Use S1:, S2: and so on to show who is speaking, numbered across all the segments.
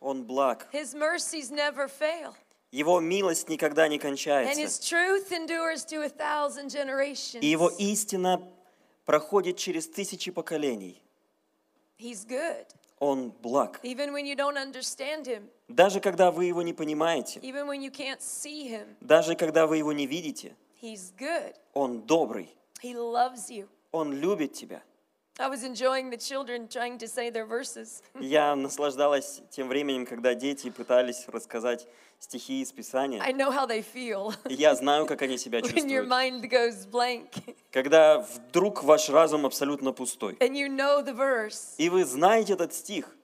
S1: Он благ.
S2: His mercies never fail,
S1: Его милость никогда не
S2: and
S1: кончается.
S2: His truth endures to a thousand generations.
S1: И Его истина проходит через тысячи поколений.
S2: He's good,
S1: Он благ.
S2: even when you don't understand Him,
S1: Даже когда вы Его не понимаете,
S2: even when you can't see Him.
S1: даже когда вы Его не видите,
S2: He's good.
S1: Он добрый.
S2: He loves you.
S1: Он любит тебя.
S2: I was enjoying the children trying to say their verses.
S1: Я наслаждалась тем временем, когда дети пытались рассказать стихи из Писания.
S2: I know how they feel
S1: И Я знаю, как они себя
S2: when your
S1: чувствуют.
S2: mind goes blank
S1: Когда вдруг ваш разум абсолютно пустой.
S2: and you know the verse,
S1: И вы знаете этот стих,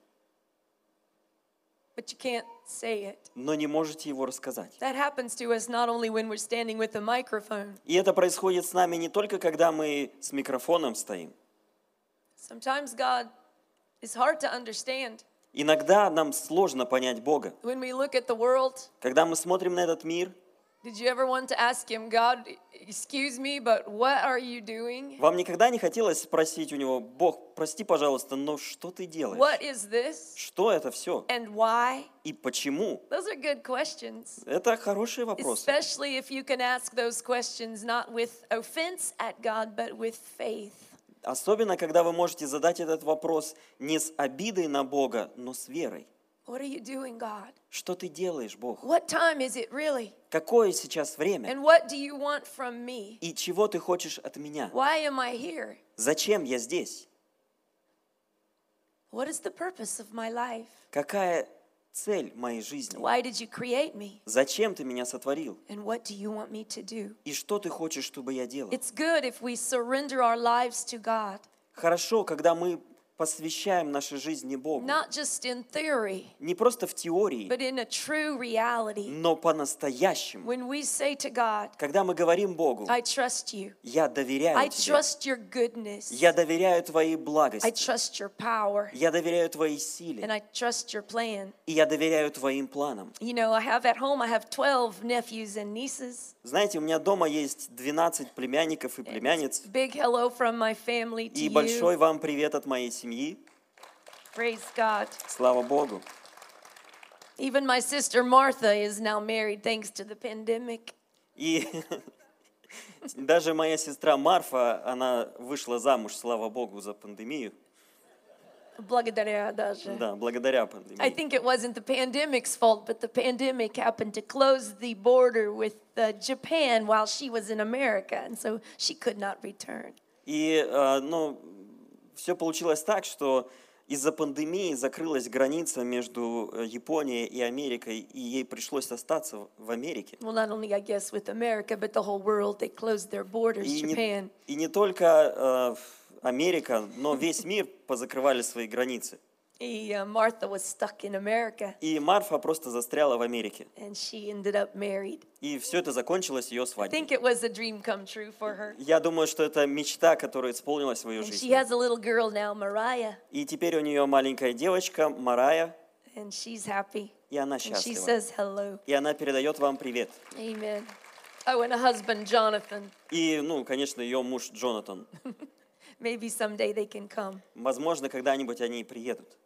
S2: but you can't say it.
S1: но не можете его рассказать.
S2: That happens to us not only when we're standing with a microphone,
S1: И это происходит с нами не только, когда мы с микрофоном стоим.
S2: sometimes God is hard to understand.
S1: Иногда нам сложно понять Бога.
S2: When we look at the world,
S1: Когда мы смотрим на этот мир,
S2: did you ever want to ask Him, God, excuse me, but what are you doing?
S1: вам никогда не хотелось спросить у него, Бог, прости, пожалуйста, но что ты делаешь?
S2: What is this?
S1: Что это все?
S2: And why?
S1: И почему?
S2: Those are good questions.
S1: Это хороший вопрос.
S2: Especially if you can ask those questions not with offense at God, but with faith.
S1: Особенно, когда вы можете задать этот вопрос не с обидой на Бога, но с верой.
S2: What are you doing, God?
S1: Что ты делаешь, Бог?
S2: What time is it really?
S1: Какое сейчас время?
S2: And what do you want from me?
S1: И чего ты хочешь от меня?
S2: Why am I here?
S1: Зачем я здесь?
S2: What is the purpose of my life?
S1: Какая цель моей жизни?
S2: Why did you create me?
S1: Зачем ты меня сотворил?
S2: And what do you want me to do?
S1: И что ты хочешь, чтобы я делал?
S2: It's good if we surrender our lives to God,
S1: Хорошо, когда мы посвящаем наши жизни Богу.
S2: not just in theory,
S1: Не просто в теории,
S2: but in a true reality.
S1: но по-настоящему.
S2: When we say to God,
S1: Когда мы говорим Богу,
S2: I trust you,
S1: я доверяю
S2: I
S1: тебе,
S2: trust your goodness,
S1: я доверяю твоей
S2: I
S1: благости,
S2: trust your power
S1: я доверяю твоей силе,
S2: and I trust your plan.
S1: и я доверяю твоим планам.
S2: You know, I have at home, I have 12 nephews and nieces.
S1: Знаете, у меня дома есть 12 племянников и племянниц,
S2: Big hello from my family to
S1: и
S2: you.
S1: большой вам привет от моей семьи,
S2: Praise God.
S1: слава Богу.
S2: Even my sister Martha is now married thanks to the pandemic.
S1: И даже моя сестра Марфа, она вышла замуж, слава Богу, за пандемию.
S2: Благодаря даже.
S1: Да, благодаря
S2: I
S1: пандемии.
S2: think it wasn't the pandemic's fault, but the pandemic happened to close the border with uh, Japan while she was in America, and so she could not return.
S1: И, э, ну, все получилось так, что из-за пандемии закрылась граница между э, Японией и Америкой, и ей пришлось остаться в- в Америке.
S2: Well, not only, I guess, with America, but the whole world, they closed their borders,
S1: И не,
S2: Japan.
S1: и не только э, в- Америка, но весь мир позакрывали свои границы.
S2: He, uh, Martha was stuck in America,
S1: И Марфа просто застряла в Америке.
S2: and she ended up married.
S1: И все это закончилось ее
S2: I
S1: свадьбой.
S2: think it was a dream come true for her.
S1: Я думаю, что это мечта, которая исполнилась в ее
S2: And she
S1: жизни.
S2: has a little girl now, Mariah,
S1: И теперь у нее маленькая девочка Марая,
S2: and she's happy.
S1: и она
S2: And she
S1: счастлива.
S2: says hello.
S1: И она передает вам привет.
S2: Amen. Oh, and a husband, Jonathan.
S1: И, ну, конечно, ее муж Джонатан.
S2: Maybe someday they can come.
S1: Возможно, когда-нибудь они и приедут.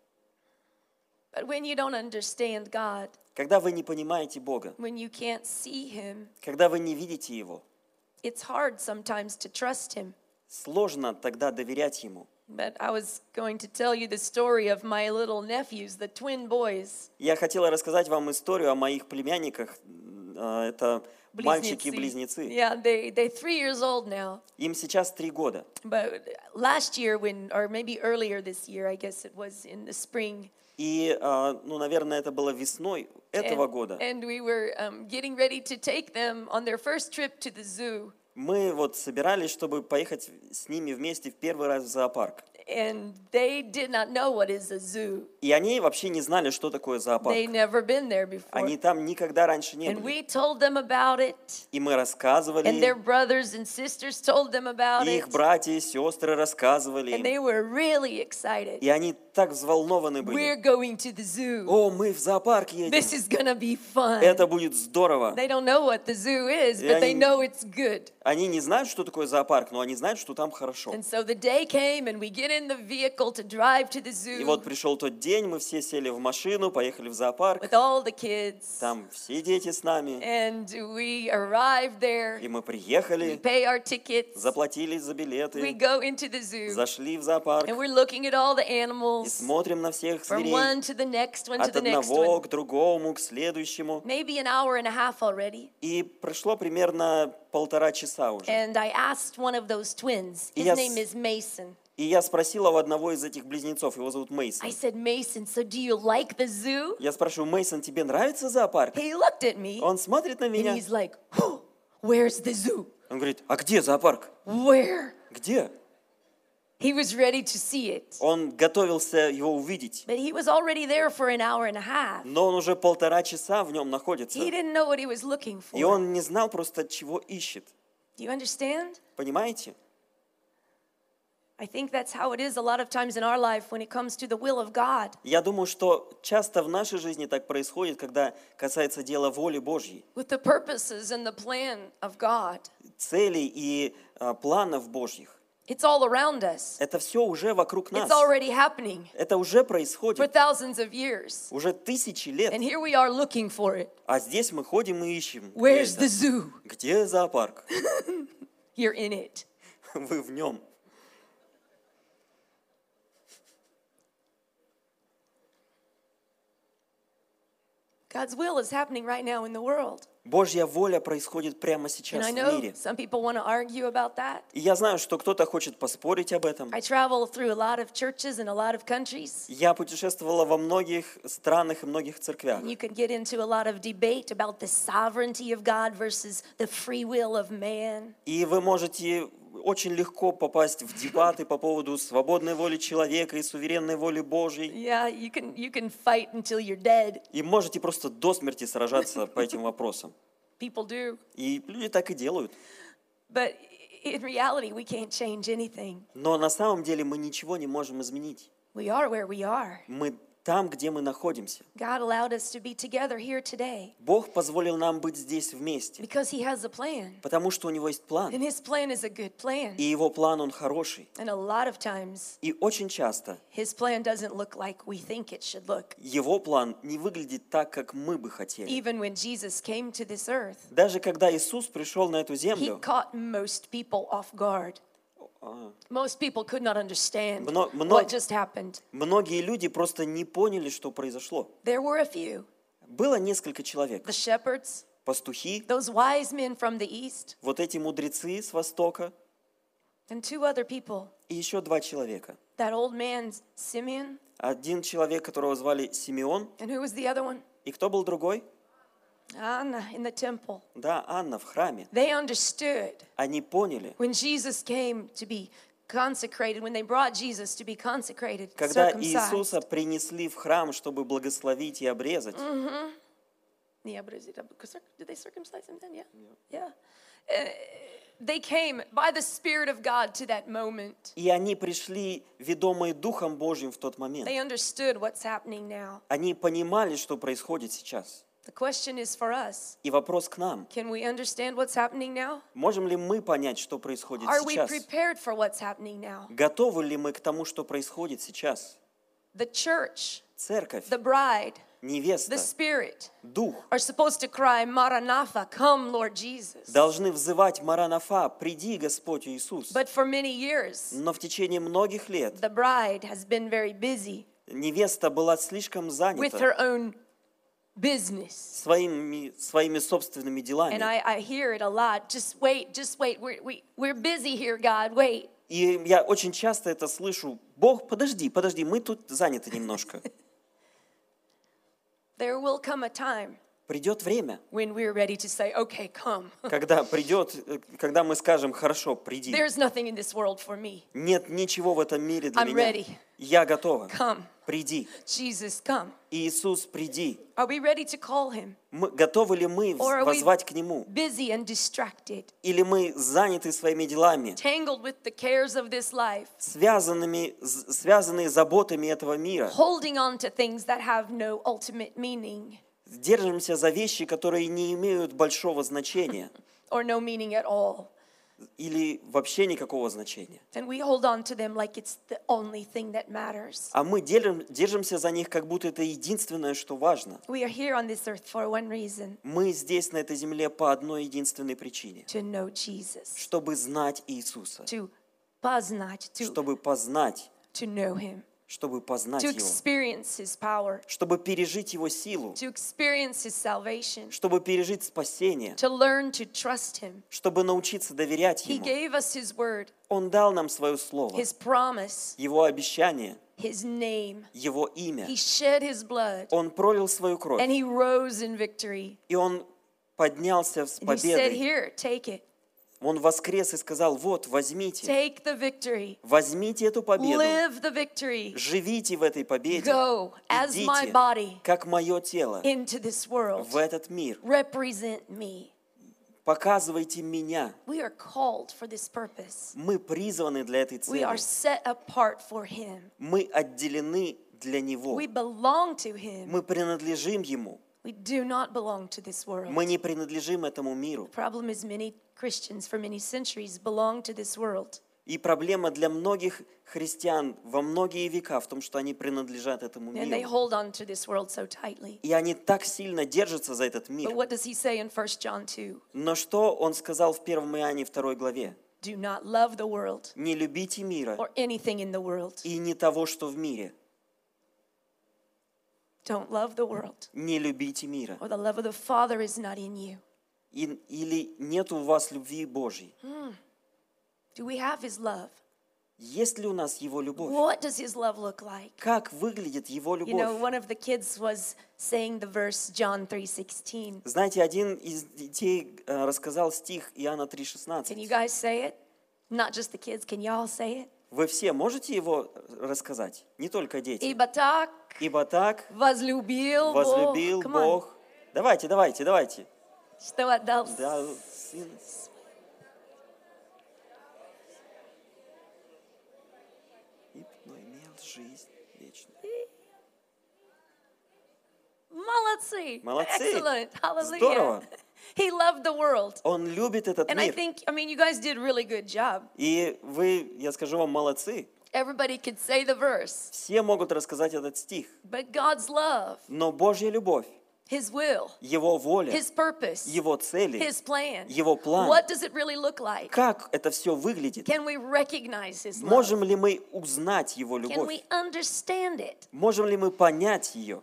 S2: But when you don't understand God,
S1: Когда вы не понимаете Бога,
S2: when you can't see Him,
S1: когда вы не видите Его,
S2: it's hard sometimes to trust Him.
S1: сложно тогда доверять Ему.
S2: But I was going to tell you the story of my little nephews, the twin boys.
S1: Я хотела рассказать вам историю о моих племянниках. М, а, Это мальчики-близнецы.
S2: Yeah, they, they're three years old now.
S1: Им сейчас три года.
S2: But last year, when, or maybe earlier this year, I guess it was in the spring.
S1: И, а, ну, наверное, это было весной этого
S2: and,
S1: года.
S2: and we were um, getting ready to take them on their first trip to the zoo.
S1: Мы вот собирались, чтобы поехать с ними вместе в первый раз в зоопарк.
S2: And they did not know what is a zoo.
S1: И они вообще не знали, что такое
S2: They
S1: зоопарк.
S2: never been there before.
S1: Они там никогда раньше не
S2: and
S1: были.
S2: we told them about it.
S1: И мы рассказывали
S2: And their
S1: им,
S2: brothers and sisters told them about
S1: и
S2: it.
S1: их братья и сестры рассказывали
S2: And
S1: им.
S2: they were really excited.
S1: И они так взволнованы
S2: We're
S1: были.
S2: going to the zoo.
S1: О, мы в зоопарк
S2: This
S1: едем.
S2: is going to be fun.
S1: Это будет здорово.
S2: They don't know what the zoo is,
S1: Yeah,
S2: but they
S1: you-
S2: know it's good.
S1: Они не знают, что такое зоопарк, но они знают, что там хорошо.
S2: And so the day came and we get in the vehicle to drive to the
S1: И
S2: zoo
S1: вот пришел тот день, мы все сели в машину, поехали в зоопарк.
S2: with all the kids.
S1: Там все дети с нами.
S2: And we arrive there.
S1: И мы
S2: We
S1: приехали,
S2: pay our tickets.
S1: заплатили за
S2: We
S1: билеты,
S2: go into the zoo.
S1: зашли в зоопарк
S2: And we're looking at all the
S1: и
S2: animals
S1: смотрим на всех
S2: from
S1: зверей.
S2: one to the next one to
S1: От
S2: the next one.
S1: одного к другому, к следующему.
S2: Maybe an hour and a half already.
S1: И прошло примерно полтора часа уже.
S2: And I asked one of those twins. His
S1: Yes.
S2: name is Mason.
S1: И я спросила у одного из этих близнецов, его зовут
S2: I
S1: Мейсон.
S2: said, Mason, so do you like the zoo?
S1: Я спрашиваю, Мейсон, тебе нравится зоопарк?
S2: He looked at me
S1: Он смотрит на
S2: and
S1: меня.
S2: he's like, "Whew, Where's the zoo?
S1: Он говорит, а где зоопарк?
S2: Where?
S1: Где?
S2: He was ready to see it.
S1: Он готовился его увидеть.
S2: But he was already there for an hour and a half.
S1: Но он уже полтора часа в нем находится.
S2: He didn't know what he was looking for.
S1: И он не знал просто, чего ищет.
S2: Do you understand?
S1: Понимаете?
S2: I think that's how it is a lot of times in our life when it comes to the will of God.
S1: Я думаю, что часто в нашей жизни так происходит, когда касается дела воли Божьей,
S2: with the purposes and the plan of God.
S1: целей и а, планов Божьих.
S2: It's all around us,
S1: Это все уже вокруг нас.
S2: it's already happening
S1: Это уже
S2: for
S1: происходит.
S2: thousands of years.
S1: Уже тысячи лет.
S2: And here we are looking for it.
S1: А здесь мы ходим и ищем.
S2: Where's the
S1: где это?
S2: zoo?
S1: Где зоопарк?
S2: You're in it.
S1: Вы в нем.
S2: God's will is happening right now in the world.
S1: Божья воля происходит прямо
S2: And
S1: сейчас
S2: I
S1: в
S2: know
S1: мире.
S2: some people want to argue about that.
S1: И я знаю, что кто-то хочет поспорить об этом.
S2: I travel through a lot of churches in a lot of countries.
S1: Я путешествовала во многих странах и многих церквях.
S2: And you can get into a lot of debate about the sovereignty of God versus the free will of man.
S1: И вы можете очень легко попасть в дебаты по поводу свободной воли человека и суверенной воли Божьей.
S2: Yeah, you can you can fight until you're dead.
S1: И можете просто до смерти сражаться по этим вопросам.
S2: People do.
S1: И люди так и делают.
S2: But in reality, we can't change anything.
S1: Но на самом деле мы ничего не можем изменить.
S2: We are where we are.
S1: Мы там, где мы находимся.
S2: God allowed us to be together here today
S1: Бог позволил нам быть здесь вместе,
S2: because He has a plan.
S1: потому что у него есть план.
S2: And His plan is a good plan.
S1: И его план, он хороший.
S2: And a lot of times,
S1: И очень часто
S2: His plan doesn't look like we think it should look.
S1: его план не выглядит так, как мы бы хотели.
S2: Even when Jesus came to this earth,
S1: Даже когда Иисус пришел на эту
S2: He
S1: землю,
S2: caught most people off guard. Most people could not understand
S1: Мно- мно-
S2: what just happened.
S1: Многие люди просто не поняли, что произошло.
S2: There were a few
S1: Было несколько человек.
S2: the shepherds,
S1: Пастухи,
S2: those wise men from the east,
S1: вот эти мудрецы с Востока
S2: and two other people
S1: и еще два человека.
S2: that old man Simeon
S1: Один человек, которого звали Симеон.
S2: And who was the other one?
S1: И кто был другой?
S2: Anna in the temple.
S1: Да, Анна в храме.
S2: They understood
S1: Они поняли,
S2: when Jesus came to be consecrated, when they brought Jesus to be consecrated,
S1: когда
S2: circumcised.
S1: Иисуса принесли в храм, чтобы благословить и обрезать,
S2: Yeah, but is it, did they circumcise him then? Yeah. Yeah. Uh, they came by the Spirit of God to that moment.
S1: и они пришли, ведомые Духом Божьим в тот момент.
S2: They understood what's happening now.
S1: Они понимали, что происходит сейчас.
S2: The question is for us
S1: И вопрос к нам.
S2: can we understand what's happening now?
S1: Можем ли мы понять, что происходит
S2: Are we
S1: сейчас?
S2: prepared for what's happening now?
S1: Готовы ли мы к тому, что происходит сейчас?
S2: The church,
S1: Церковь,
S2: the bride,
S1: невеста,
S2: the Spirit.
S1: дух
S2: are supposed to cry, Maranatha, come, Lord Jesus.
S1: должны взывать Маранафа, приди, Господь Иисус.
S2: But for many years,
S1: Но в течение многих лет
S2: the bride has been very busy
S1: невеста была слишком
S2: with
S1: занята
S2: her own business.
S1: своими, своими собственными
S2: And
S1: делами.
S2: I, I hear it a lot. Just wait, just wait. We're, we, we're busy here, God. Wait.
S1: И я очень часто это слышу. Бог, подожди, подожди, мы тут заняты немножко.
S2: There will come a time
S1: Придет время,
S2: when we're ready to say, okay, come.
S1: когда придет, э, когда мы скажем, хорошо, приди.
S2: There's nothing in this world for me.
S1: Нет ничего в этом мире для
S2: I'm
S1: меня.
S2: ready.
S1: Я готова.
S2: Come.
S1: приди.
S2: Jesus, come.
S1: Иисус, приди.
S2: Are we ready to call him?
S1: Мы, готовы ли мы вз-
S2: Or are we-
S1: воззвать к Нему?
S2: Busy and distracted,
S1: Или мы заняты своими делами,
S2: tangled with the cares of this life,
S1: связанными, з- связанные заботами этого мира?
S2: holding on to things that have no ultimate meaning
S1: Держимся за вещи, которые не имеют большого значения
S2: or no meaning at all.
S1: или вообще никакого значения.
S2: And we hold on to them like it's the only thing that matters.
S1: А мы делим- держимся за них, как будто это единственное, что важно.
S2: We are here on this earth for one reason
S1: Мы здесь, на этой земле, по одной единственной причине.
S2: to know Jesus,
S1: Чтобы знать Иисуса.
S2: to poznać, to,
S1: Чтобы познать,
S2: to know him,
S1: чтобы познать
S2: to
S1: Его.
S2: experience his power,
S1: Чтобы пережить Его силу.
S2: to experience his salvation,
S1: Чтобы пережить спасение.
S2: to learn to trust him.
S1: Чтобы научиться доверять
S2: He
S1: Ему.
S2: gave us his word,
S1: Он дал нам свое слово.
S2: his promise,
S1: Его обещание.
S2: his name.
S1: Его имя.
S2: He shed his blood
S1: Он пролил свою кровь.
S2: and he rose in victory.
S1: И Он поднялся с
S2: And he said,
S1: победой.
S2: Here, take it.
S1: Он воскрес и сказал, вот, возьмите.
S2: Take the victory.
S1: Возьмите эту победу.
S2: Live the victory.
S1: Живите в этой победе.
S2: Go as my
S1: Идите,
S2: body
S1: как мое тело,
S2: into this world.
S1: в этот мир.
S2: Represent me.
S1: Показывайте меня.
S2: We are called for this purpose.
S1: Мы призваны для этой
S2: We
S1: цели.
S2: are set apart for him.
S1: Мы отделены для Него.
S2: We belong to him.
S1: Мы принадлежим Ему.
S2: We do not belong to this world.
S1: Мы не принадлежим этому миру.
S2: Problem is many Christians for many centuries belong to this world.
S1: И проблема для многих христиан во многие века в том, что они принадлежат этому
S2: And they
S1: миру.
S2: hold on to this world so tightly.
S1: И они так сильно держатся за этот
S2: But
S1: мир.
S2: what does he say in 1 John 2?
S1: Но что он сказал в 1 Иоанне 2 главе?
S2: Do not love the world
S1: «Не любите мира
S2: or anything in the world.
S1: и не того, что в мире.
S2: Don't love the world,
S1: Не любите мира».
S2: or the love of the Father is not in you.
S1: И- Или нет у вас любви Божьей.
S2: Do we have His love?
S1: Есть ли у нас Его любовь?
S2: What does His love look like?
S1: Как выглядит Его
S2: You know,
S1: любовь?
S2: one of the kids was saying the verse John 3:16.
S1: Знаете, один из детей э, рассказал стих Иоанна
S2: Can you
S1: 3,16.
S2: guys say it? Not just the kids, can y'all say it?
S1: Вы все можете его рассказать? Не только дети.
S2: Ибо так
S1: Ибо так
S2: возлюбил Бог.
S1: возлюбил
S2: Come on.
S1: Бог. Давайте, давайте, давайте.
S2: Что отдал
S1: Да, Сын. И ну, имел жизнь вечную.
S2: Молодцы.
S1: Молодцы.
S2: Excellent. Hallelujah.
S1: Здорово.
S2: He loved the world.
S1: Он любит этот
S2: And I
S1: мир.
S2: think, I mean, you guys did a really good job.
S1: И вы, я скажу вам, молодцы.
S2: Everybody could say the verse.
S1: Все могут рассказать этот стих.
S2: But God's love,
S1: Но Божья любовь,
S2: His will,
S1: Его воля,
S2: His purpose,
S1: Его цели,
S2: His plan,
S1: Его план.
S2: what does it really look like?
S1: Как это все выглядит?
S2: Can we recognize His love?
S1: Можем ли мы узнать Его
S2: Can we
S1: любовь?
S2: understand it?
S1: Можем ли мы понять ее?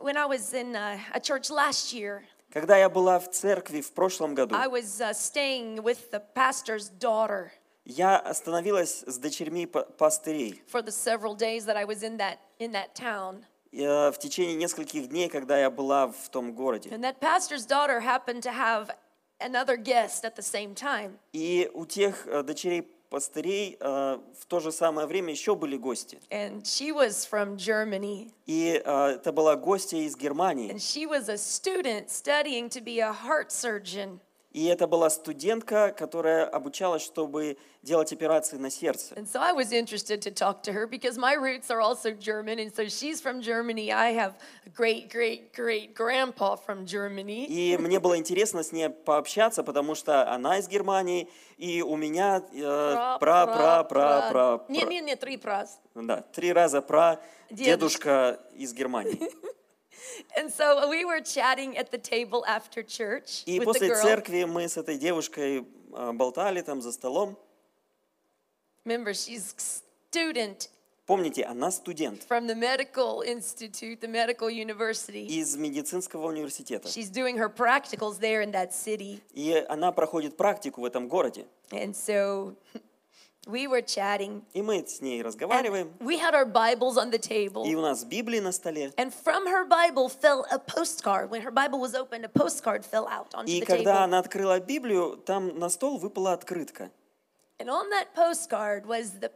S2: When I was in uh, a church last year,
S1: Когда я была в церкви в прошлом году,
S2: I was uh, staying with the pastor's daughter
S1: я остановилась с дочерьми па- пастырей.
S2: for the several days that I was in that in that town.
S1: Я э, в течение нескольких дней, когда я была в том городе.
S2: And that pastor's daughter happened to have another guest at the same time.
S1: И у тех э, дочерей пастырей э, в то же самое время еще были гости.
S2: And she was from Germany.
S1: И э, это была гостья из Германии.
S2: And she was a student studying to be a heart surgeon.
S1: И это была студентка, которая обучалась, чтобы делать операции на сердце.
S2: And so I was interested to talk to her because my roots are also German. And so she's from Germany. I have a great, great, great grandpa from Germany.
S1: И мне было интересно с ней пообщаться, потому что она из Германии, и у меня э, пра пра пра пра
S2: Нет,
S1: пра
S2: нет, нет, три пras.
S1: да, три раза пра
S2: Дедушка.
S1: дедушка из Германии.
S2: And so we were chatting at the table after church
S1: И
S2: with the
S1: после
S2: girl.
S1: церкви мы с этой девушкой э, болтали там за столом.
S2: Remember, she's student
S1: Помните, она студент
S2: from the medical institute, the medical university.
S1: из медицинского университета.
S2: She's doing her practicals there in that city.
S1: И она проходит практику в этом городе.
S2: And so we were chatting.
S1: И мы с ней
S2: and
S1: разговариваем.
S2: we had our Bibles on the
S1: И
S2: table.
S1: у нас Библии на столе.
S2: And from her Bible fell a postcard. When her Bible was opened, a postcard fell out onto
S1: И
S2: the
S1: когда
S2: table.
S1: она открыла Библию, там на стол выпала открытка.
S2: And on that postcard was the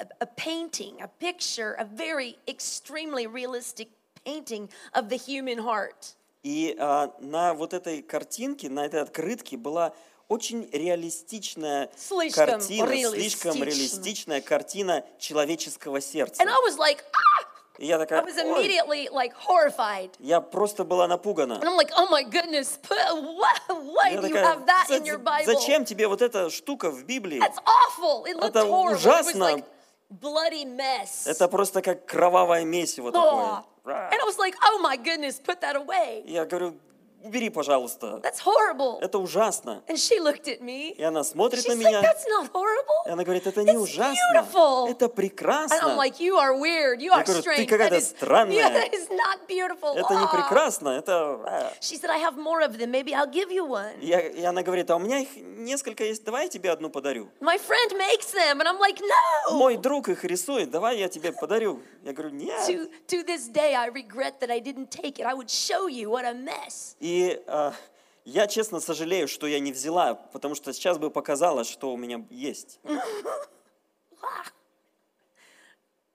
S2: a, a painting, a picture, a very extremely realistic painting of the human heart.
S1: И а, на вот этой картинке, на этой открытке была очень реалистичная
S2: Слишком
S1: картина, слишком
S2: реалистично.
S1: реалистичная картина человеческого сердца.
S2: And I was like, ah!
S1: И я
S2: I
S1: такая,
S2: was
S1: «Ой».
S2: immediately like horrified.
S1: я просто была напугана.
S2: And I'm like, oh my goodness, put, what, why
S1: Я
S2: do you
S1: такая,
S2: have that in
S1: «За-
S2: your
S1: за-
S2: Bible?
S1: зачем тебе вот эта штука в Библии?
S2: That's awful. It looked
S1: Это
S2: horrible. It was
S1: ужасно.
S2: like bloody mess.
S1: Это просто как кровавое месиво
S2: Ugh.
S1: такое. Ра.
S2: And I was like, oh my goodness, put that away.
S1: Я говорю, убери, пожалуйста.
S2: That's horrible.
S1: Это ужасно.
S2: And she looked at me.
S1: И она смотрит на
S2: She's
S1: меня,
S2: like, that's not
S1: и
S2: horrible.
S1: она говорит, это не
S2: It's
S1: ужасно,
S2: beautiful.
S1: это
S2: And I'm
S1: прекрасно.
S2: like, you are weird. You
S1: Я
S2: are
S1: говорю, «Ты
S2: strange. That
S1: какая-то
S2: is,
S1: странная.
S2: yeah, that is not beautiful.
S1: Это не
S2: Ah."
S1: прекрасно, это... э».
S2: She said, I have more of them. Maybe I'll give you one.
S1: Я, и она говорит, а у меня их несколько есть, давай я тебе одну подарю.
S2: My friend makes them. And I'm like, no.
S1: Мой друг их рисует, давай я тебе подарю. Я говорю, нет.
S2: To, to this day, I regret that I didn't take it. I would show you what a mess.
S1: И э, я честно сожалею, что я не взяла, потому что сейчас бы показала, что у меня есть.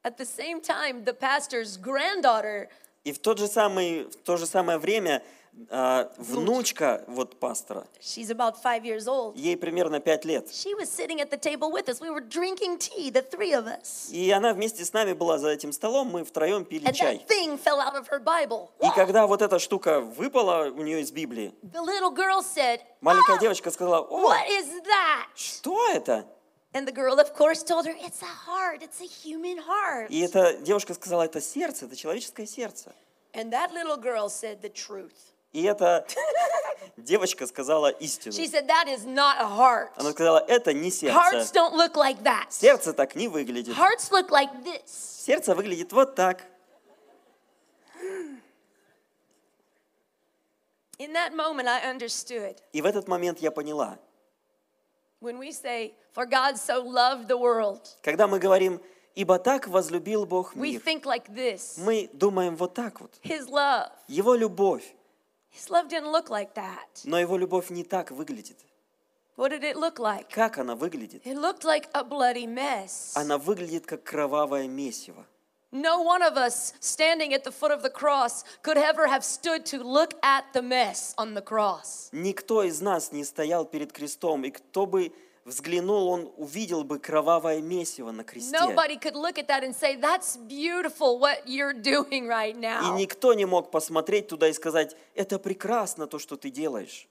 S2: At the same time, the pastor's granddaughter
S1: И в, тот же самый, в то же самое время э, внучка вот пастора,
S2: She's about five years old.
S1: ей примерно 5 лет.
S2: She was sitting at the table with us. We were drinking tea, the three of us.
S1: И она вместе с нами была за этим столом, мы втроем пили
S2: And
S1: чай.
S2: that thing fell out of her Bible.
S1: И когда вот эта штука выпала у нее из Библии,
S2: The little girl said,
S1: маленькая
S2: "Ah,
S1: девочка сказала, о,
S2: What is that?
S1: что это?
S2: And the girl, of course, told her, It's a heart, it's a human heart.
S1: И эта девушка сказала, это сердце, это человеческое сердце.
S2: And that little girl said the truth.
S1: И эта девочка сказала истину.
S2: She said, That is not a heart.
S1: Она сказала, это не
S2: Hearts
S1: сердце.
S2: don't look like that.
S1: Сердце так не выглядит.
S2: Hearts look like this.
S1: Сердце выглядит вот так.
S2: In that moment, I understood.
S1: И в этот момент я поняла.
S2: When we say, For God so loved the world,
S1: Когда мы говорим, ибо так возлюбил Бог
S2: we
S1: мир,
S2: think like this
S1: мы думаем вот так вот.
S2: His love.
S1: Его любовь,
S2: His love didn't look like that.
S1: но его любовь не так выглядит.
S2: What did it look like?
S1: Как она выглядит?
S2: It looked like a bloody mess.
S1: Она выглядит как кровавое месиво.
S2: No one of us standing at the foot of the cross could ever have stood to look at the mess on the cross.
S1: Никто из нас не стоял перед крестом, и кто бы взглянул, он увидел бы кровавое месиво на кресте.
S2: Nobody could look at that and say, That's beautiful what you're doing right
S1: И
S2: now.
S1: никто не мог посмотреть туда и сказать, это прекрасно то, что ты делаешь.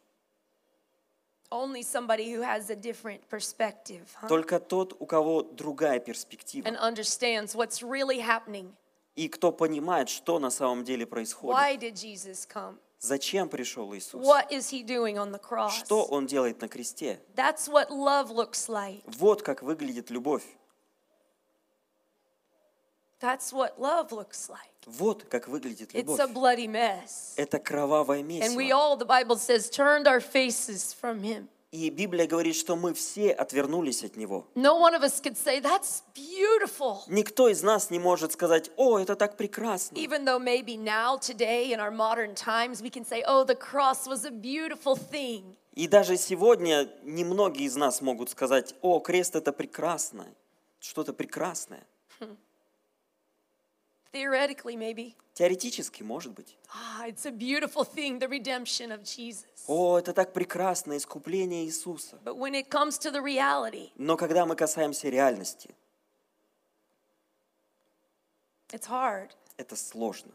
S2: Only somebody who has a different perspective huh?
S1: Только тот, у кого другая перспектива.
S2: А. and understands what's really happening.
S1: И кто понимает, что на самом деле происходит.
S2: Why did Jesus come?
S1: Зачем пришел Иисус?
S2: What is he doing on the cross?
S1: Что Он делает на кресте?
S2: That's what love looks like.
S1: Вот как выглядит любовь.
S2: That's what love looks like.
S1: Вот как выглядит
S2: It's
S1: любовь.
S2: a bloody mess.
S1: Это кровавое
S2: And we
S1: месиво.
S2: all, the Bible says, turned our faces from him.
S1: И Библия говорит, что мы все отвернулись от Него.
S2: No one of us could say, That's beautiful.
S1: Никто из нас не может сказать, о, это так прекрасно.
S2: Even though maybe now, today, in our modern times, we can say, Oh, the cross was a beautiful thing.
S1: И даже сегодня немногие из нас могут сказать, о, крест это прекрасно, что-то прекрасное.
S2: Theoretically, maybe.
S1: Теоретически, может быть.
S2: Ah, it's a beautiful thing, the redemption of Jesus.
S1: О, это так прекрасно, искупление Иисуса.
S2: But when it comes to the reality,
S1: Но когда мы касаемся реальности,
S2: it's hard.
S1: это сложно.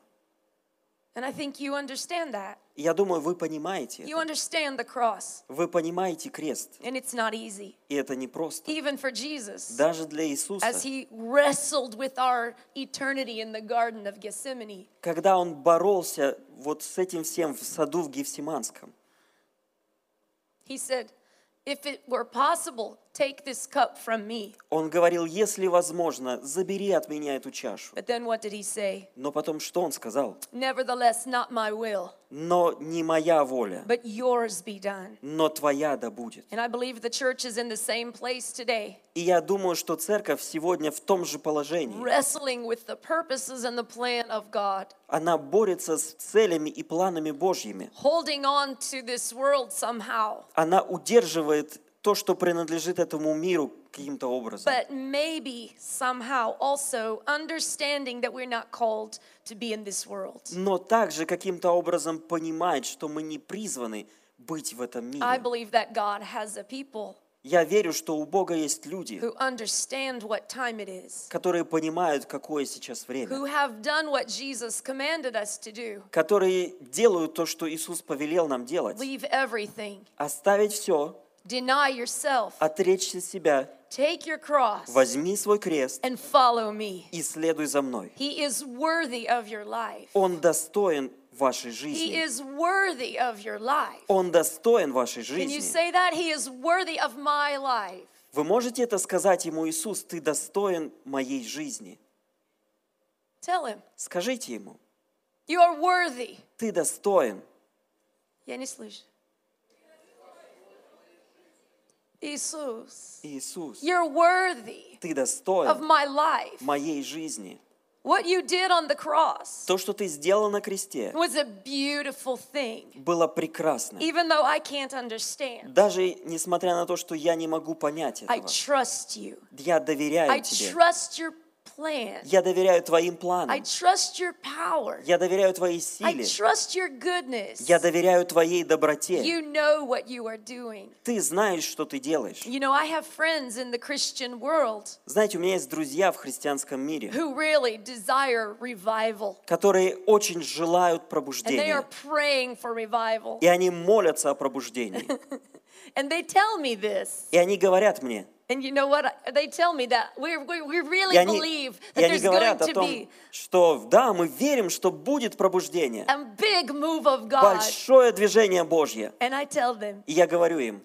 S2: And I think you understand that.
S1: И Я думаю, вы понимаете.
S2: You
S1: это.
S2: understand the cross,
S1: Вы понимаете крест,
S2: and it's not easy,
S1: и это непросто.
S2: even for Jesus.
S1: Даже для Иисуса,
S2: as he wrestled with our eternity in the Garden of Gethsemane.
S1: когда Он боролся вот с этим всем в саду в Гефсиманском,
S2: He said, If it were possible, take this cup from me.
S1: Он говорил, если возможно, забери от меня эту чашу.
S2: But then what did he say?
S1: Но потом что Он сказал?
S2: Nevertheless, not my will,
S1: Но не моя воля,
S2: but yours be done.
S1: но твоя да будет.
S2: And I believe the church is in the same place today,
S1: И я думаю, что церковь сегодня в том же положении.
S2: wrestling with the purposes and the plan of God,
S1: Она борется с целями и планами Божьими.
S2: holding on to this world somehow,
S1: Она удерживает то, что принадлежит этому миру каким-то образом.
S2: but maybe somehow also understanding that we're not called to be in this world.
S1: Но также каким-то образом понимает, что мы не призваны быть в этом
S2: I
S1: мире.
S2: believe that God has a people
S1: Я верю, что у Бога есть люди,
S2: who understand what time it is,
S1: которые понимают, какое сейчас время,
S2: who have done what Jesus commanded us to do
S1: которые делают то, что Иисус повелел нам делать.
S2: leave everything,
S1: Оставить все,
S2: deny yourself,
S1: отречься себя,
S2: take your cross,
S1: возьми свой крест
S2: and follow me.
S1: и следуй за мной.
S2: He is worthy of your life.
S1: Он достоин вашей
S2: He
S1: жизни.
S2: is worthy of your life.
S1: Он достоин вашей
S2: Can you
S1: жизни.
S2: say that? He is worthy of my life.
S1: Вы можете это сказать ему, Иисус, ты достоин моей жизни.
S2: Tell him,
S1: Скажите ему,
S2: you are worthy.
S1: ты достоин.
S2: Я не слышу. Иисус,
S1: Иисус,
S2: you're worthy
S1: ты
S2: of
S1: достоин
S2: my life.
S1: моей жизни.
S2: What you did on the cross
S1: То, что ты сделал на кресте,
S2: was a beautiful thing,
S1: было прекрасно.
S2: even though I can't understand.
S1: Даже несмотря на то, что я не могу понять
S2: I
S1: этого,
S2: trust you.
S1: я
S2: I
S1: доверяю тебе.
S2: trust your plan.
S1: Я доверяю твоим
S2: I
S1: планам.
S2: trust your power.
S1: Я доверяю твоей
S2: I
S1: силе.
S2: trust your goodness.
S1: Я доверяю твоей доброте.
S2: You know what you are doing.
S1: Ты знаешь, что ты делаешь.
S2: You know, I have friends in the Christian world
S1: Знаете, у меня есть друзья в христианском мире,
S2: who really desire revival.
S1: которые очень
S2: And
S1: желают
S2: they are
S1: пробуждения.
S2: praying for revival.
S1: И они молятся о пробуждении.
S2: And they tell me this.
S1: И они говорят мне,
S2: And you know what? They tell me that. We, we, we really
S1: и они,
S2: believe
S1: и
S2: that
S1: они
S2: there's going
S1: говорят о
S2: to be
S1: том, что да, мы верим, что будет пробуждение,
S2: a big move of God.
S1: большое движение Божье.
S2: And I tell them,
S1: И я говорю им,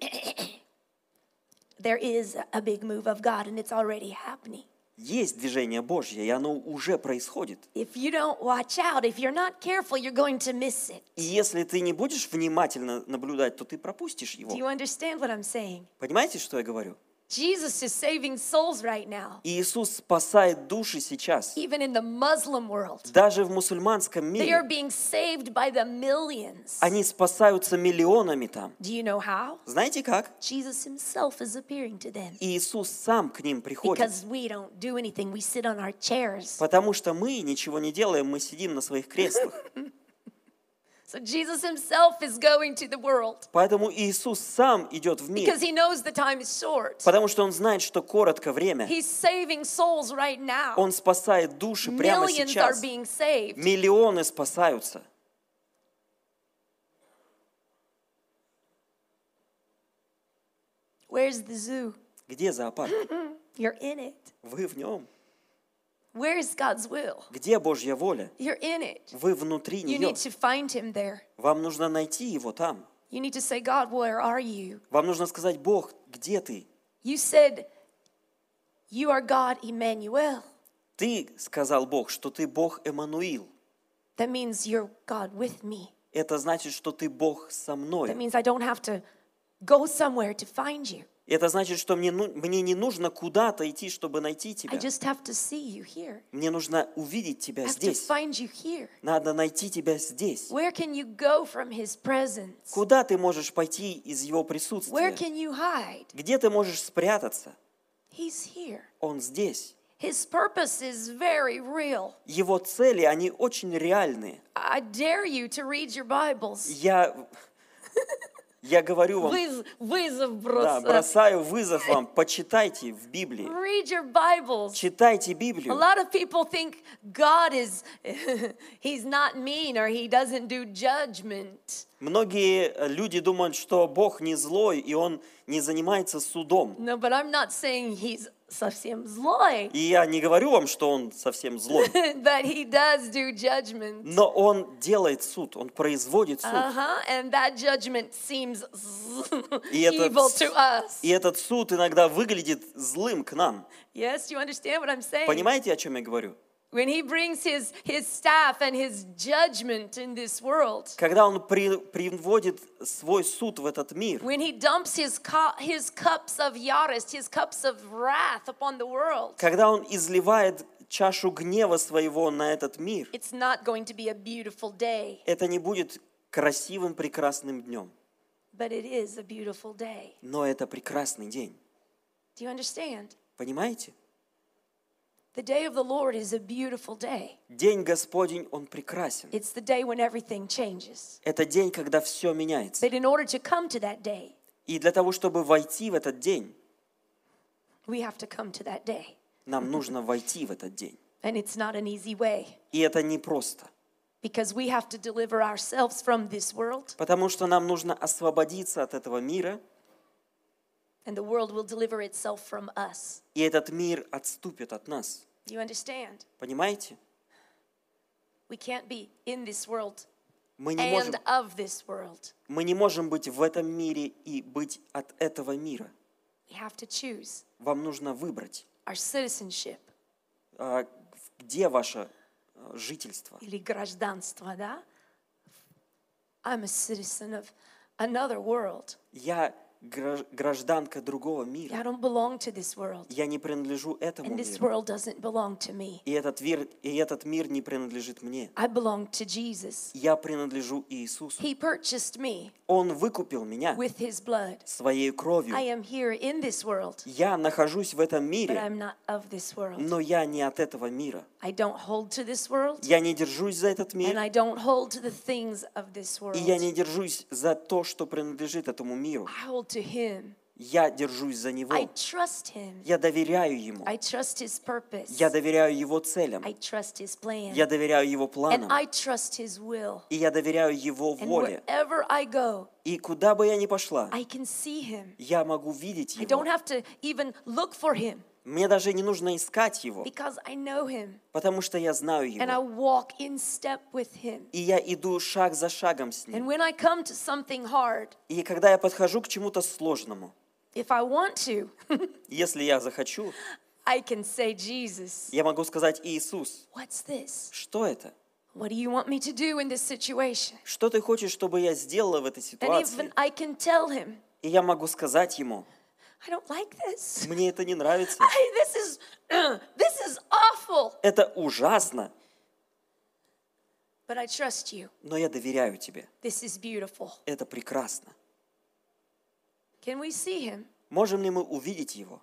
S2: there is a big move of God and it's already happening.
S1: есть движение Божье, и оно уже происходит.
S2: If you don't watch out, if you're not careful, you're going to miss it.
S1: И если ты не будешь внимательно наблюдать, то ты пропустишь
S2: Do you
S1: его.
S2: understand what I'm saying?
S1: Понимаете, что я говорю?
S2: Jesus is saving souls right now,
S1: И Иисус спасает души сейчас.
S2: even in the Muslim world.
S1: Даже в мусульманском
S2: They are
S1: мире
S2: being saved by the millions.
S1: они спасаются миллионами там.
S2: Do you know how?
S1: Знаете как?
S2: Jesus himself is appearing to them.
S1: И Иисус сам к ним приходит.
S2: Because we don't do anything, we sit on our chairs.
S1: Потому что мы ничего не делаем, мы сидим на своих креслах.
S2: So Jesus himself is going to the world
S1: Поэтому Иисус сам идет в мир.
S2: because he knows the time is short.
S1: Потому что Он знает, что коротко время.
S2: He's saving souls right now.
S1: Он спасает души прямо
S2: Millions are
S1: сейчас.
S2: being saved.
S1: Миллионы спасаются.
S2: Where's the zoo?
S1: Где зоопарк?
S2: You're in it.
S1: Вы в нем.
S2: Where is God's will?
S1: Где Божья воля?
S2: You're in it.
S1: Вы внутри
S2: You
S1: нее.
S2: need to find him there.
S1: Вам нужно найти его там.
S2: You need to say, God, where are you?
S1: Вам нужно сказать, Бог, где ты?
S2: You said, You are God Emmanuel.
S1: Ты сказал Бог, что ты Бог Эммануил.
S2: That means you're God with me.
S1: Это значит, что ты Бог со
S2: That
S1: мной.
S2: means I don't have to go somewhere to find you.
S1: Это значит, что мне, ну- мне не нужно куда-то идти, чтобы найти
S2: I
S1: тебя.
S2: just have to see you here.
S1: Мне нужно увидеть тебя
S2: I have to
S1: здесь.
S2: find you here.
S1: Надо найти тебя здесь.
S2: Where can you go from his presence?
S1: Куда ты можешь пойти из его
S2: Where
S1: присутствия?
S2: can you hide?
S1: Где ты можешь спрятаться?
S2: He's here.
S1: Он здесь.
S2: His purpose is very real.
S1: Его цели, они очень реальные.
S2: I dare you to read your Bibles.
S1: Я, я говорю вам,
S2: Выз- вызов
S1: да,
S2: брос-
S1: бросаю вызов вам, почитайте в Библии.
S2: Read your Bibles.
S1: Читайте
S2: A
S1: Библию.
S2: lot of people think God is, he's not mean or he doesn't do judgment.
S1: Многие э, люди думают, что Бог не злой, и Он не занимается судом.
S2: No, but I'm not saying he's совсем злой.
S1: И я не говорю вам, что Он совсем злой,
S2: but he does do judgment.
S1: но Он делает суд, Он производит суд.
S2: Uh huh. And that judgment seems
S1: И это
S2: evil
S1: с-
S2: to us.
S1: И этот суд иногда выглядит злым к нам.
S2: Yes, you understand what I'm saying?
S1: Понимаете, о чем я говорю?
S2: When he brings his, his staff and his judgment in this world,
S1: Когда Он при- приводит свой суд в этот mир,
S2: when he dumps his, cu- his cups of Yarist, his cups of wrath upon the world,
S1: когда Он изливает чашу гнева своего на этот мир,
S2: it's not going to be a beautiful day.
S1: это не будет красивым, прекрасным днем.
S2: but it is a beautiful day.
S1: но это прекрасный день.
S2: Do you understand?
S1: Понимаете?
S2: The day of the Lord is a beautiful day.
S1: День Господень, он прекрасен.
S2: It's the day when everything changes.
S1: Это день, когда все меняется.
S2: But in order to come to that day,
S1: И для того, чтобы войти в этот день,
S2: we have to come to that day.
S1: нам нужно войти в этот день.
S2: And it's not an easy way
S1: И это непросто,
S2: because we have to deliver ourselves from this world,
S1: потому что нам нужно освободиться от этого мира,
S2: and the world will deliver itself from us.
S1: и этот мир отступит от нас.
S2: Do you understand?
S1: Понимаете?
S2: We can't be in this world
S1: Мы не, можем,
S2: and of this world.
S1: мы не можем быть в этом мире и быть от этого мира.
S2: We have to choose
S1: Вам нужно выбрать,
S2: our citizenship
S1: а, где ваше а, жительство.
S2: или гражданство, да? I'm a citizen of another world.
S1: Я гра- гражданка другого
S2: I
S1: мира.
S2: don't belong to this world,
S1: Я не принадлежу этому
S2: and this
S1: миру.
S2: world doesn't belong to me.
S1: И этот, вир- и этот мир не принадлежит мне.
S2: I belong to Jesus.
S1: Я принадлежу Иисусу.
S2: He purchased me
S1: Он выкупил меня
S2: with his blood.
S1: своей кровью.
S2: I am here in this world,
S1: Я нахожусь в этом
S2: but
S1: мире,
S2: I'm not of this world.
S1: но я не от этого мира.
S2: I don't hold to this world,
S1: Я не держусь за этот
S2: and
S1: мир,
S2: I don't hold to the things of this
S1: и я
S2: world.
S1: не держусь за то, что принадлежит этому миру.
S2: I hold to him.
S1: Я держусь за
S2: I
S1: него.
S2: trust him.
S1: Я доверяю ему.
S2: I trust his purpose.
S1: Я доверяю его целям.
S2: I trust his plan.
S1: Я доверяю его
S2: А And
S1: планам.
S2: I trust his will.
S1: И я доверяю его
S2: And
S1: воле.
S2: wherever I go,
S1: И куда бы я ни пошла,
S2: I can see him.
S1: я могу видеть
S2: I don't
S1: его.
S2: have to even look for him
S1: Мне даже не нужно искать его,
S2: because I know him
S1: потому что я знаю
S2: and I
S1: его.
S2: walk in step with him.
S1: И я иду шаг за шагом с ним.
S2: And when I come to something hard,
S1: И когда я подхожу к чему-то сложному,
S2: if I want to,
S1: если я захочу,
S2: I can say, Jesus,
S1: я могу сказать Иисус,
S2: what's this?
S1: что это?
S2: What do you want me to do in this situation?
S1: Что ты хочешь, чтобы я сделала в этой
S2: And even
S1: ситуации?
S2: I can tell him,
S1: И я могу сказать ему,
S2: I don't like this.
S1: мне это не нравится,
S2: I, this is this is awful.
S1: это ужасно,
S2: But I trust you.
S1: но я доверяю тебе,
S2: This is beautiful.
S1: это прекрасно.
S2: Can we see him?
S1: Можем ли мы увидеть его?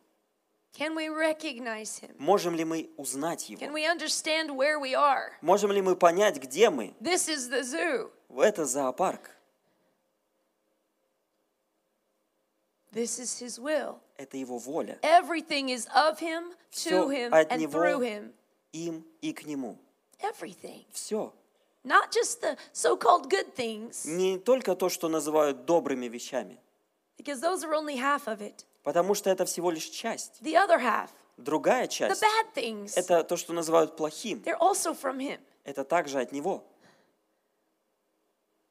S2: Can we recognize him?
S1: Можем ли мы узнать
S2: Can
S1: его?
S2: we understand where we are?
S1: Можем ли мы понять, где мы?
S2: This is the zoo.
S1: Это зоопарк,
S2: This is his will.
S1: это его воля,
S2: Everything is of him, to
S1: Всё
S2: him,
S1: от
S2: and
S1: него.
S2: through him.
S1: им и к нему.
S2: Everything.
S1: Все.
S2: Not just the so called good things,
S1: Не только то, что называют добрыми вещами,
S2: because those are only half of it.
S1: потому что это всего лишь часть.
S2: The other half,
S1: Другая
S2: the
S1: часть
S2: bad things,
S1: Это то, что называют плохим.
S2: they're also from him
S1: Это также от него,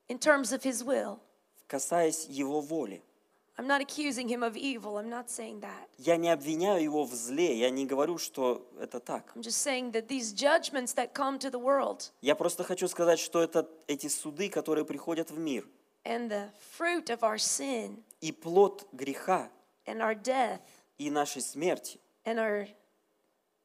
S2: in terms of his will.
S1: касаясь его воли.
S2: I'm not accusing him of evil. I'm not saying that.
S1: Я не обвиняю его в зле, я не говорю, что это так.
S2: I'm just saying that these judgments that come to the world
S1: Я просто хочу сказать, что это эти суды, которые приходят в мир.
S2: and the fruit of our sin
S1: И плод греха,
S2: and our death
S1: и нашей смерти,
S2: and our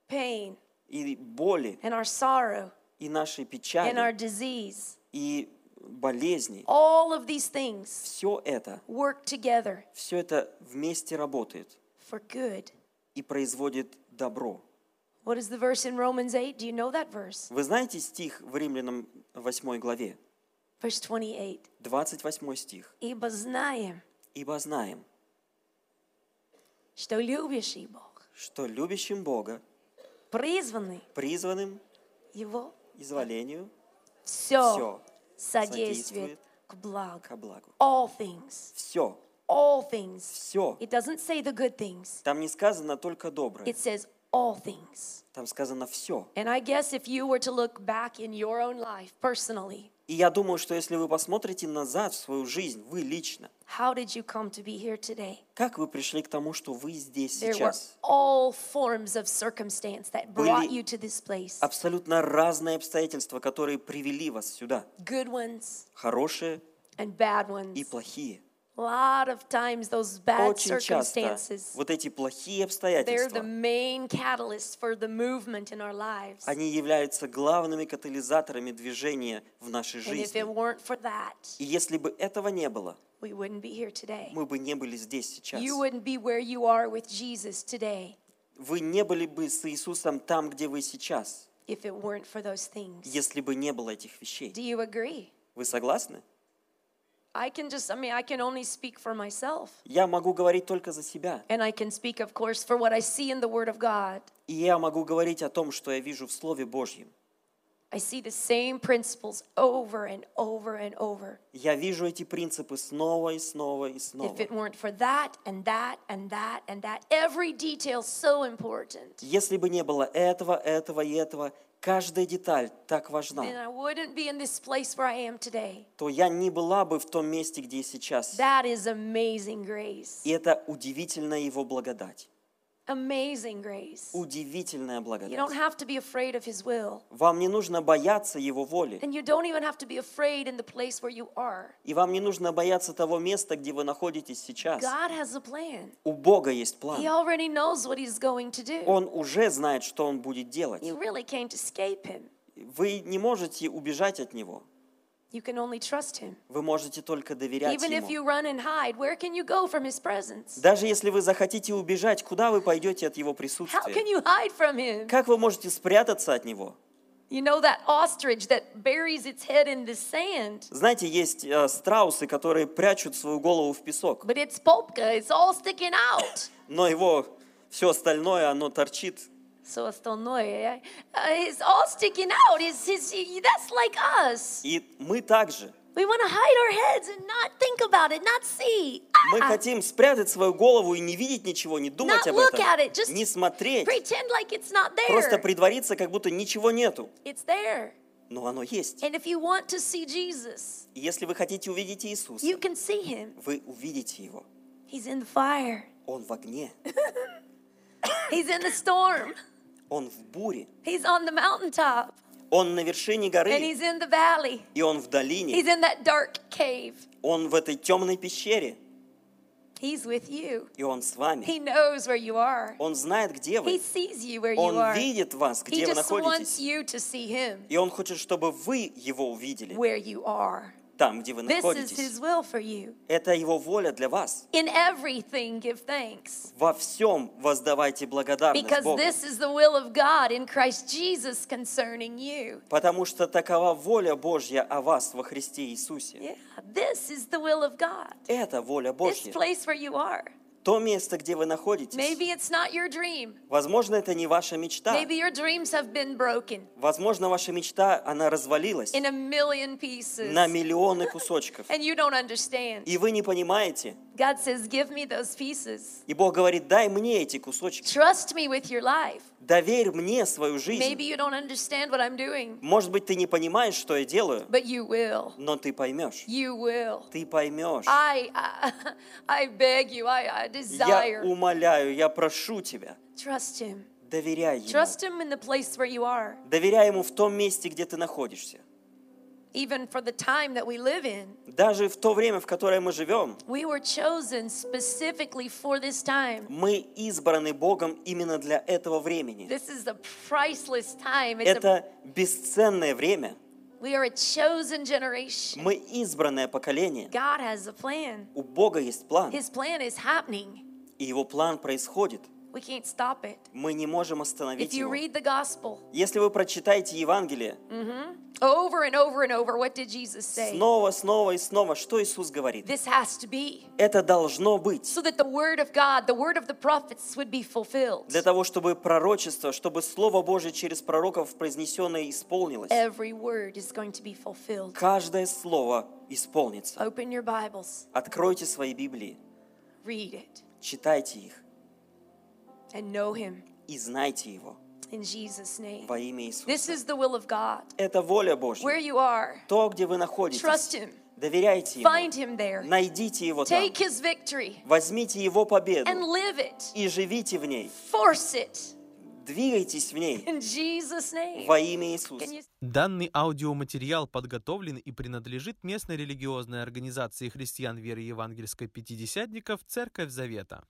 S2: pain
S1: и боли,
S2: and our sorrow
S1: и нашей
S2: and our
S1: печали,
S2: disease,
S1: и болезни.
S2: all of these things
S1: Все это,
S2: work together
S1: все это вместе работает
S2: for good.
S1: и производит добро.
S2: What is the verse in Romans 8? Do you know that verse?
S1: Вы знаете стих в Римлянам 8 главе,
S2: Verse 28.
S1: 28 стих.
S2: Ибо знаем,
S1: «Ибо знаем,
S2: что любишь и Бог,
S1: что любящим Бога,
S2: призванный
S1: призванным
S2: Его,
S1: изволению,
S2: все
S1: все
S2: содействует
S1: содействует
S2: к благу.
S1: ко благу.
S2: All things,
S1: Все,
S2: all things.
S1: все.
S2: It doesn't say the good things.
S1: Там не сказано только доброе,
S2: It says all things.
S1: там сказано все.
S2: And I guess if you were to look back in your own life personally,
S1: И я думаю, что если вы посмотрите назад в свою жизнь, вы лично,
S2: how did you come to be here today?
S1: как вы пришли к тому, что вы здесь
S2: There were
S1: сейчас?
S2: all forms of circumstance that
S1: Были
S2: brought you to this place
S1: Абсолютно разные обстоятельства, которые привели вас сюда.
S2: good ones
S1: Хорошие
S2: and bad
S1: и
S2: ones,
S1: плохие.
S2: A lot of times, those bad
S1: Очень часто
S2: circumstances,
S1: вот эти
S2: they're
S1: плохие
S2: the
S1: обстоятельства,
S2: main catalyst for the movement in our lives.
S1: они являются главными катализаторами движения в нашей
S2: And if
S1: жизни.
S2: it weren't for that,
S1: И если бы этого не было,
S2: we wouldn't be here today.
S1: мы бы не были здесь сейчас.
S2: You wouldn't be where you are with Jesus today
S1: Вы не были бы с Иисусом там, где вы сейчас,
S2: if it weren't for those things.
S1: если бы не было этих вещей.
S2: Do you agree?
S1: Вы согласны?
S2: I can just, I mean, I can only speak for myself.
S1: Я могу говорить только за себя.
S2: And I can speak, of course, for what I see in the Word of God.
S1: И я могу говорить о том, что я вижу в Слове Божьем.
S2: I see the same principles over and over and over.
S1: Я вижу эти принципы снова и снова и
S2: If
S1: снова.
S2: it weren't for that and that and that and that, every detail so important,
S1: Если бы не было этого, этого и этого, каждая деталь так
S2: then
S1: важна,
S2: I wouldn't be in this place where I am today.
S1: то я не была бы в том месте, где я сейчас.
S2: That is amazing grace.
S1: И это удивительная его благодать.
S2: Amazing grace.
S1: Удивительная
S2: You don't
S1: благодать.
S2: have to be afraid of His will.
S1: Вам не нужно бояться его воли.
S2: And you don't even have to be afraid in the place where you are.
S1: И вам не нужно бояться того места, где вы находитесь сейчас.
S2: God has a plan.
S1: У Бога есть
S2: He
S1: план.
S2: already knows what he's going to do.
S1: Он уже знает, что он будет делать.
S2: You really can't escape him.
S1: Вы не можете убежать от него.
S2: You can only trust him.
S1: Вы можете только доверять
S2: Even if
S1: ему.
S2: you run and hide, where can you go from his presence?
S1: Даже если вы захотите убежать, куда вы пойдете от его
S2: How can
S1: присутствия?
S2: you hide from him?
S1: Как вы можете спрятаться от него?
S2: You know that ostrich that buries its head in the sand,
S1: Знаете, есть э, страусы, которые прячут свою голову в песок,
S2: but its polka, it's all sticking out.
S1: но его все остальное, оно торчит.
S2: So it's still annoying, eh? Uh, it's all sticking out. It's, it's, that's like us.
S1: И мы также.
S2: We want to hide our heads and not think about it, not see.
S1: Мы
S2: Ah!
S1: хотим спрятать свою голову и не видеть ничего, не думать
S2: Not
S1: об
S2: look
S1: этом,
S2: at it, just
S1: не смотреть,
S2: Pretend like it's not
S1: просто
S2: there.
S1: притвориться, как будто ничего нету.
S2: It's there.
S1: Но оно есть.
S2: And if you want to see Jesus,
S1: И если вы хотите увидеть Иисуса,
S2: you can see him.
S1: вы увидите Его.
S2: He's in the fire,
S1: Он в огне,
S2: he's in the storm,
S1: Он в буре,
S2: he's on the mountaintop,
S1: Он на вершине
S2: and
S1: горы,
S2: he's in the valley,
S1: и Он в долине,
S2: he's in that dark cave.
S1: Он в этой темной пещере,
S2: He's with you.
S1: и Он с вами.
S2: He knows where you are,
S1: Он знает, где
S2: he
S1: вы.
S2: sees you where you
S1: Он
S2: are.
S1: видит вас,
S2: He
S1: где вы
S2: just wants
S1: находитесь.
S2: you to see him
S1: И Он хочет, чтобы вы Его увидели,
S2: where you are.
S1: там, где вы
S2: This is
S1: находитесь.
S2: his will for you.
S1: Это Его воля для вас.
S2: In everything, give thanks.
S1: Во всем воздавайте благодарность
S2: Because
S1: Богу.
S2: this is the will of God in Christ Jesus concerning you.
S1: Потому что такова воля Божья о вас во Христе Иисусе.
S2: Yeah, this is the will of God.
S1: Это воля
S2: This
S1: Божья.
S2: place where you are.
S1: То место, где вы находитесь.
S2: Maybe it's not your dream.
S1: Возможно, это не ваша мечта.
S2: Maybe your dreams have been broken
S1: Возможно, ваша мечта, она развалилась
S2: in a million pieces
S1: на миллионы кусочков.
S2: and you don't understand.
S1: И вы не понимаете.
S2: God says, Give me those pieces.
S1: И Бог говорит, дай мне эти кусочки.
S2: Trust me with your life.
S1: Доверь мне свою
S2: Maybe
S1: жизнь.
S2: you don't understand what I'm doing,
S1: Может быть, ты не понимаешь, что я делаю,
S2: but you will.
S1: но ты поймешь.
S2: You will.
S1: Ты поймешь.
S2: I, I, I beg you, I, I
S1: Я
S2: desire.
S1: умоляю, я прошу тебя,
S2: Trust Him.
S1: доверяй ему.
S2: Trust Him in the place where you are,
S1: Доверяй ему в том месте, где ты находишься.
S2: even for the time that we live in.
S1: Даже в то время, в которое мы живем,
S2: We were chosen specifically for this time.
S1: мы избраны Богом именно для этого времени.
S2: This is a priceless time. It's a,
S1: Это бесценное время.
S2: we are a chosen generation.
S1: Мы избранное поколение.
S2: God has a plan.
S1: У Бога есть план,
S2: His plan is happening.
S1: и его план происходит.
S2: We can't stop it.
S1: Мы не можем
S2: If
S1: остановить
S2: you
S1: его.
S2: read the gospel
S1: Если вы прочитаете Евангелие,
S2: over and over and over, what did Jesus say?
S1: снова, снова и снова, что Иисус говорит?
S2: This has to be
S1: Это должно быть
S2: so that the word of God, the word of the prophets would be fulfilled.
S1: для того, чтобы пророчество, чтобы Слово Божье через пророков произнесенное исполнилось.
S2: Every word is going to be fulfilled.
S1: Каждое слово исполнится.
S2: Open your Bibles,
S1: Откройте свои Библии,
S2: read it,
S1: читайте их
S2: and know Him
S1: и знайте его
S2: in Jesus' name.
S1: во имя
S2: This
S1: Иисуса.
S2: is the will of God.
S1: Это воля
S2: Where
S1: Божья.
S2: you are,
S1: То, где вы находитесь,
S2: Trust him.
S1: доверяйте ему,
S2: Find him there.
S1: найдите его там,
S2: Take his victory
S1: возьмите его
S2: and
S1: победу
S2: live it.
S1: и живите в ней.
S2: Force it.
S1: двигайтесь в ней
S2: In Jesus' name.
S1: во имя Иисуса.
S2: Can you
S3: Данный аудиоматериал подготовлен и принадлежит местной религиозной организации христиан веры евангельской пятидесятников «Церковь Завета».